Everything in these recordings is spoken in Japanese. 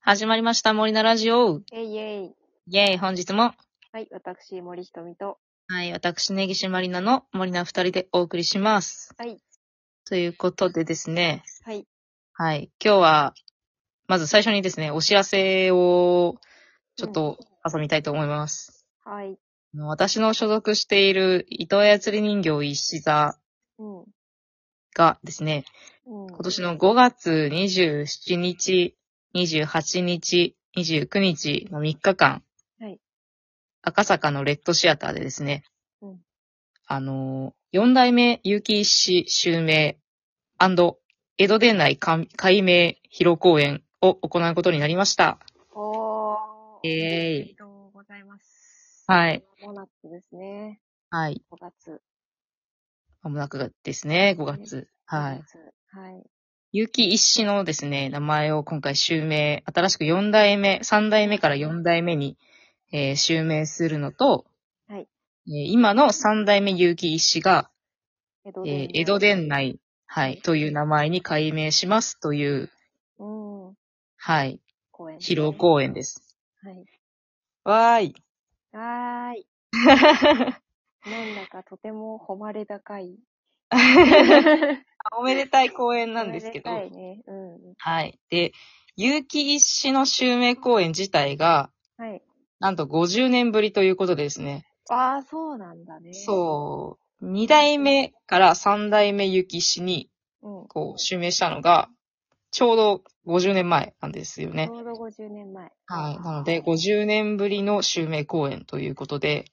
始まりました、森菜ラジオ。えいえい。イェーイ、本日も。はい、私、森ひとみと。はい、私、根岸まりなの森菜二人でお送りします。はい。ということでですね。はい。はい。今日は、まず最初にですね、お知らせを、ちょっと、挟みたいと思います。はい。あの私の所属している、伊藤やつり人形石座うん。がですね、うん。今年の5月27日、28日、29日の3日間、はい赤坂のレッドシアターでですね、うんあのー、4代目結城市襲名江戸伝内か解明披露公演を行うことになりました。おー。イェーイありがとうございます。はい。モナッツですね。はい。 5月。まもなくですね、5月。はい5。月。はい。結城一氏のですね、名前を今回襲名、新しく4代目、3代目から4代目に、えー襲名するのと、はいえー今の3代目結城一氏が、江戸えー江戸伝内、はい、という名前に改名しますという、うん。はい、公演。披露公演です。はい。わーい。はー い。なんだかとても誉れ高 い。おめでたい公演なんですけど、おめでたいね。うん。はい。で、結城一氏の襲名公演自体が、はい。なんと50年ぶりということでですね、あー、そうなんだね。そう。二代目から三代目ゆき氏に、う。うん。こう、襲名したのが、ちょうど50年前なんですよちね。ょうど50年前。はい。なので、50年ぶりの襲名公演ということで、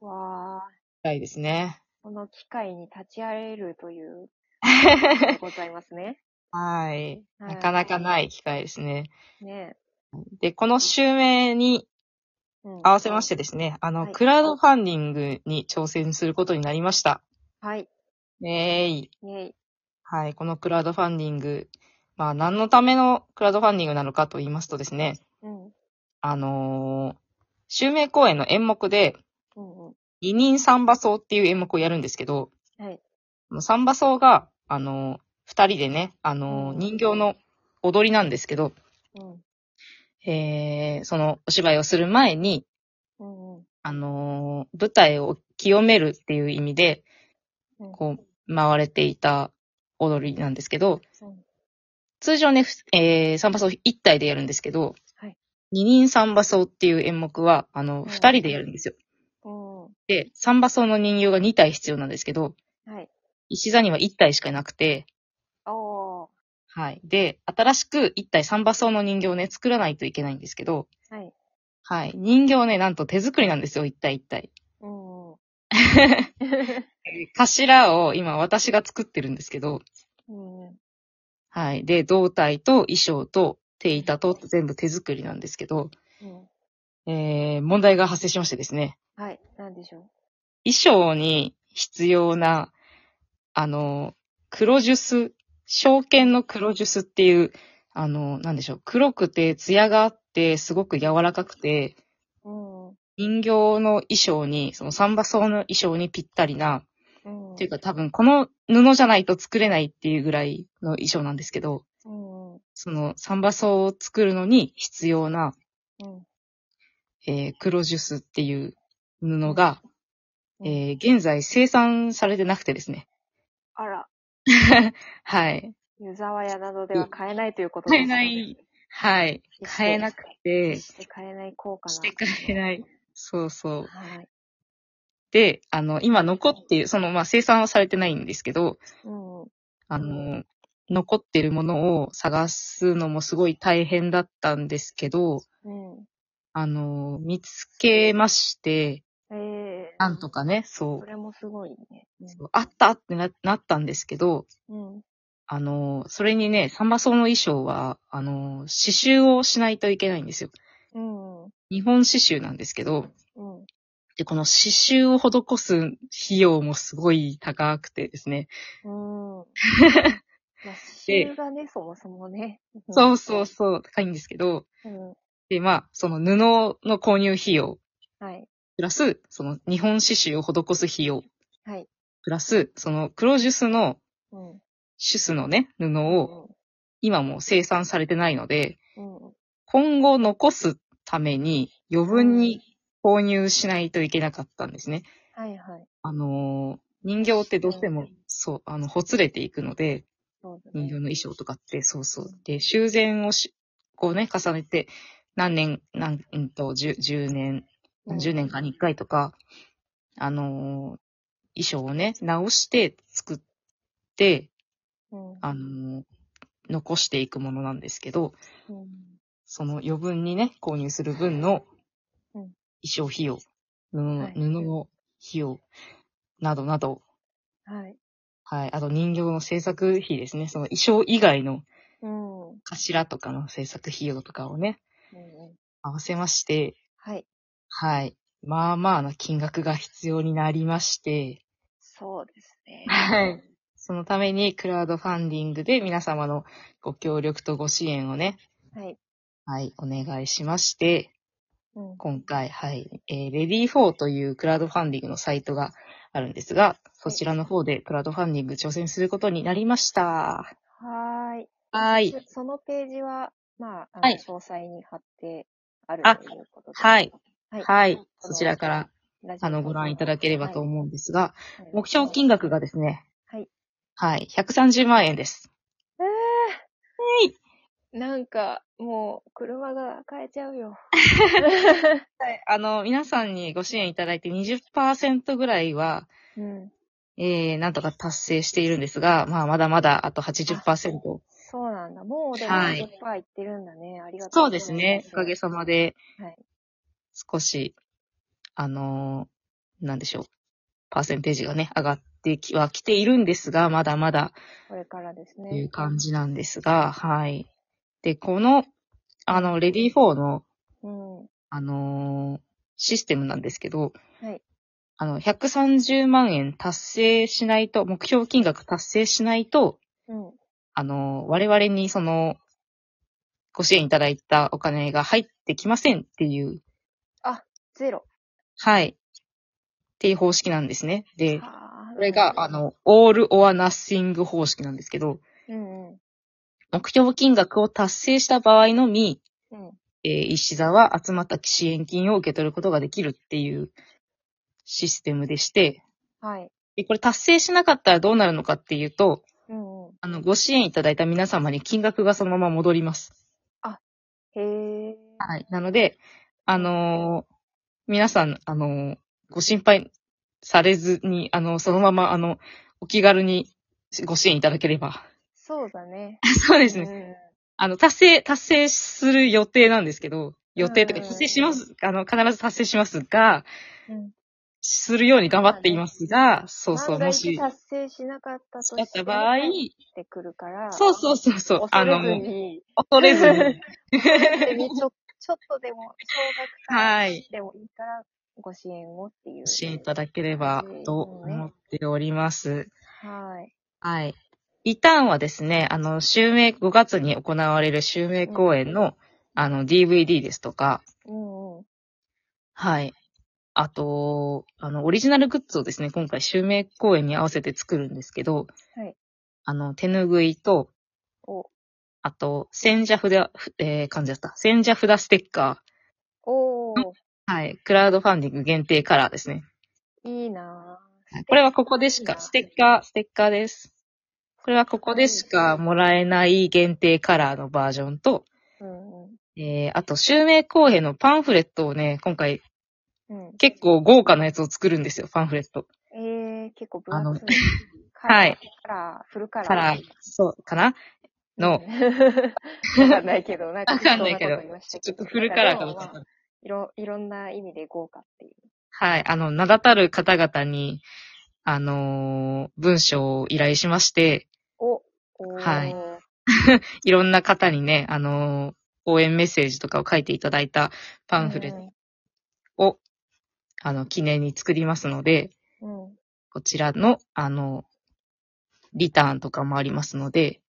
わー。たいですね。この機会に立ち会えるという、 ございますね。はい。はいなかなかない機会ですね。ねで、この襲名にえ。うん合わせましてですね、あの、はいクラウドファンディングに挑戦することになりました。はい。えい。イェイ。はい。このクラウドファンディング、まあ、何のためのクラウドファンディングなのかと言いますとですね、うん。あのー、襲名公演の演目で、うんうん。二人三馬奏っていう演目をやるんですけど、はい。この三馬奏が、あのー二人でね、あのーうん人形の踊りなんですけど、うん。えー、そのお芝居をする前に、うんうん。あのー舞台を清めるっていう意味で、うんこう、回れていた踊りなんですけど、うん通常ね、ふえー、三馬奏一体でやるんですけど、はい二人三馬奏っていう演目は、あの、ん二人でやるんですよ。うん。で、三馬層の人形が2体必要なんですけど、はい。石座には1体しかいなくて、おー。はい。で、新しく1体三馬層の人形をね、作らないといけないんですけど、はい。はい。人形ね、なんと手作りなんですよ、1体1体。う んうん。頭を今私が作ってるんですけど、うんうん。はい。で、胴体と衣装と手板と全部手作りなんですけど、うん。えー、問題が発生しましてですね、はい。なんでしょ衣装に必要な、あの、黒ジュス、証券の黒ジュスっていう、あの、なんでしょう、黒くて艶があって、すごく柔らかくて、う。うん。う人形の衣装に、そのサンバソーの衣装にぴったりな、ん。というか多分この布じゃないと作れないっていうぐらいの衣装なんですけど、うんうん。そのサンバソーを作るのに必要な、うん。えー黒ジュスっていう布が、うんえー現在生産されてなくてですね。あら。はい。湯沢屋などでは買えないということ買でえすない。はい。買えなくて、決して買えない効果な。して買えない。そうそう。はい。で、あの、今残っている、その、まあ、生産はされてないんですけど、うんうん。あの、残ってるものを探すのもすごい大変だったんですけど、うん。あの、見つけまして、ええ。なんとかね、そそれもすごいね。う、あったってななったんですけど、うん。うん。あの、それにね、サンバソの衣装は、あの、刺繍をしないといけないんですよ。うん。日本刺繍なんですけど、うん。で、この刺繍を施す費用もすごい高くてですね。うん。でまあ、刺繍がね、そもそもね。そうそうそう、高いんですけど、うん。うで、まあ、その布の購入費用、ん。はい。プラス、その日本刺繍を施す費用、はい。プラス、その黒ジュスの、うん。シュスのね、布を今もう生産されてないので、うん。うん。今後残すために余分に購入しないといけなかったんですね。はいはい。あのー人形ってどうしても、そう、あの、ほつれていくので、そうだ人形のね。衣装とかって、そうそう。で、修繕をし、こうね、重ねて、何年、何、うんと、10, 10年、うん10年かに1回とか、あのー衣装をね、直して作って、うん。あのー残していくものなんですけど、うんその余分にね、購入する分のうん衣装費用、布はい布の費用などなど、はい。はい、あと人形の制作費ですね、その衣装以外のうん。うん頭とかの制作費用とかをね、うん合わせまして、はい。はい、まあまあな金額が必要になりまして、そうですね。はい。そのためにクラウドファンディングで皆様のご協力とご支援をね、はい。はい、お願いしまして、うん。今回、はい、えー、レディー4というクラウドファンディングのサイトがあるんですが、そちらの方でクラウドファンディング挑戦することになりました。はーい。はい。そそのページは、まあ、あのはい詳細に貼ってあるあということで。はい。はい。はい。そちらから、ラジオあの、ご覧いただければと思うんですが、はい目標金額がですね、はい。はい、130万円です。ええいー、なんか、もう、車が買えちゃうよ。はい。あの、皆さんにご支援いただいて20%ぐらいは、うん。えー、なんとか達成しているんですが、まあ、まだまだあと80%。そうなんだ。もうでもはい10%いってるんだね。ありがとうそうですね。おかげささまで、ま。はい。少し、あのーなんでしょう。パーセンテージがね、上がってきは来ているんですが、まだまだこれからですとね。いう感じなんですが、はい。で、この、あの、レディー4の、うん。はあのーシステムなんですけど、い。あの、130万円達成しないと、目標金額達成しないと、うん。あのー我々にその、ご支援いただいたお金が入ってきませんっていう、ゼロ。はい。っていう方式なんですね。で、あーこれが、あ、の、オール・オア・ナッシング方式なんですけど、うんうん。目標金額を達成した場合のみ、うん。えー石座は集まった支援金を受け取ることができるっていうシステムでして、はい。でこれ達成しなかったらどうなるのかっていうと、うんうん。あの、ご支援いただいた皆様に金額がそのまま戻ります。へえ。はい。なので、あのー皆さん、あのーご心配されずに、あのそのまま、あの、お気軽にご支援いただけれ ば。そうだね。そうですね。ね。あの、達成、達成する予定なんですけど、予定といううか、ん達成します、あの、必ず達成しますが、うん。するように頑張っていますが、そうそう、万がも一し、達成しなかったとだしってた場合、入ってくるから、そうそうそう、そうあ恐れずの、に、恐れずに、ちょちょっとで も、少は額単い位でもいいから、ご支援をっていう。ご支援いただければと思っております。はい。はい。一旦はですね、あの、襲名、5月に行われる襲名公演の、あの、DVD ですとか、うんうん。はい。あと、あの、オリジナルグッズをですね、今回、襲名公演に合わせて作るんですけど、はいあの、手ぬぐいと、お、あと、千社札、ふえー、感じだった。千社札ステッカおー、ー。はい。クラウドファンディング限定カラーですね。いいなはいこれはここでしか、ステッカー、ステッカーです。これはここでしかもらえない限定カラーのバージョンと、ぁ。うんうん。えー、あと、襲名公演のパンフレットをね、今回、うん。結構豪華なやつを作るんですよ、パンフレット。えー、結構分あの厚い。はいカラー。フルカラー。カラー、そう、かな の、うん。わかんないけど、なんかわかんないけど適当こと言いましたちょっとフルカラーかもでしもれまなあい。いろ、いろんな意味で豪華っていう。はい。あの、名だたる方々に、あのー文章を依頼しまして、お、おーはい。いろんな方にね、あのー応援メッセージとかを書いていただいたパンフレットを、あの、記念に作りますので、うん。うんこちらの、あの、リターンとかもありますので、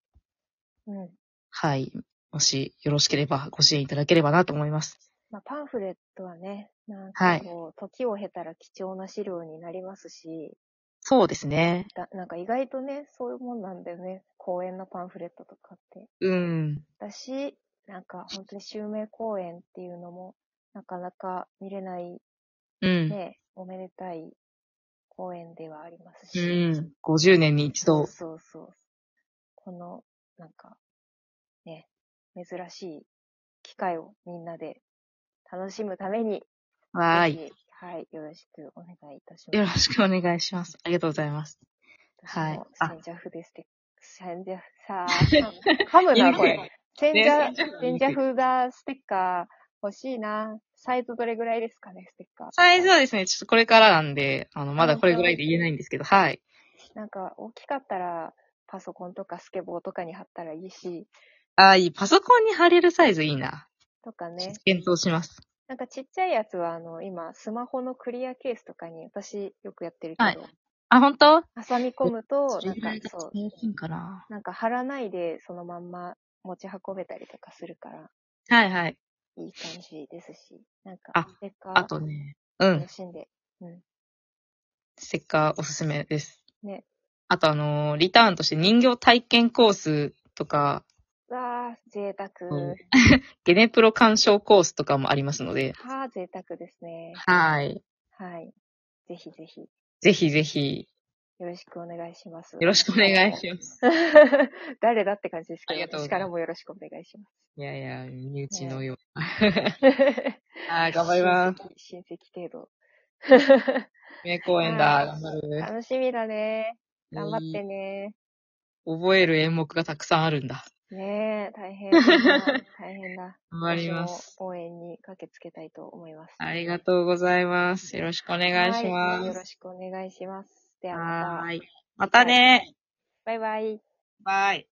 うん。はい。もしよろしければご支援いただければなと思います。まあ、パンフレットはね、なんはかいこう、時を経たら貴重な資料になりますし、そうですね。だなんか意外とね、そういうもんなんだよね。公園のパンフレットとかって。うん。だし、なんか本当に襲名公演っていうのも、なかなか見れないうん。ね、おめでたい公演ではありますうし。ん。50年に一度。そうそう。この、なんか、ね、珍しい機会をみんなで楽しむために、わーい。ぜひ。はい、よろしくお願いいたしよろます。しくお願いします。ありがとうございます。はいあ先者風ですけど。先者、 さあ、かむな、これ。先者、先者風だ、ステッカー欲しいな。サイズどれぐらいですかね、ステッカー。サイズはですね、ちょっとこれからなんで、あの、まだこれぐらいで言えないんですけど、はい。なんか、大きかったら、パソコンとかスケボーとかに貼ったらいいし、ああ、いい。パソコンに貼れるサイズいいな。とかね。検討します。なんかちっちゃいやつは、あの、今、スマホのクリアケースとかに、私よくやってるけど、はいあ、本当挟み込むと、なんいかそう、かな。なんか貼らないで、そのまんま持ち運べたりとかするから、はいはい。いい感じですし、なんかあ、ステッカー、あとね、うん楽。しんで、うん。ステッカーおすすめです。ね。あとあのーリターンとして人形体験コースとか、わあ、贅沢。うんゲネプロ鑑賞コースとかもありますので、はあ、贅沢ですね。はい。はい。ぜひぜひ、よぜひぜひ、ろしくお願いします。よろしくお願いします。ます。 誰だって感じですけあど、りがとうございます私からもよろしくお願いしまいやいや、身内ののような。す。はい、 頑張ります。 親戚。親戚程度。名公演だ、頑張る。 楽しみだね。頑張っていい。ね。覚える演目がたくさんあるんだ。ねえ、大変だな。大変だ。 頑張ります。私も応援に駆けつけたいと思います。ありがとうございます。よろしくお願いしまはいよす。ろしくお願いします。ではまはた。ーい。またね。バイバイ。バイ。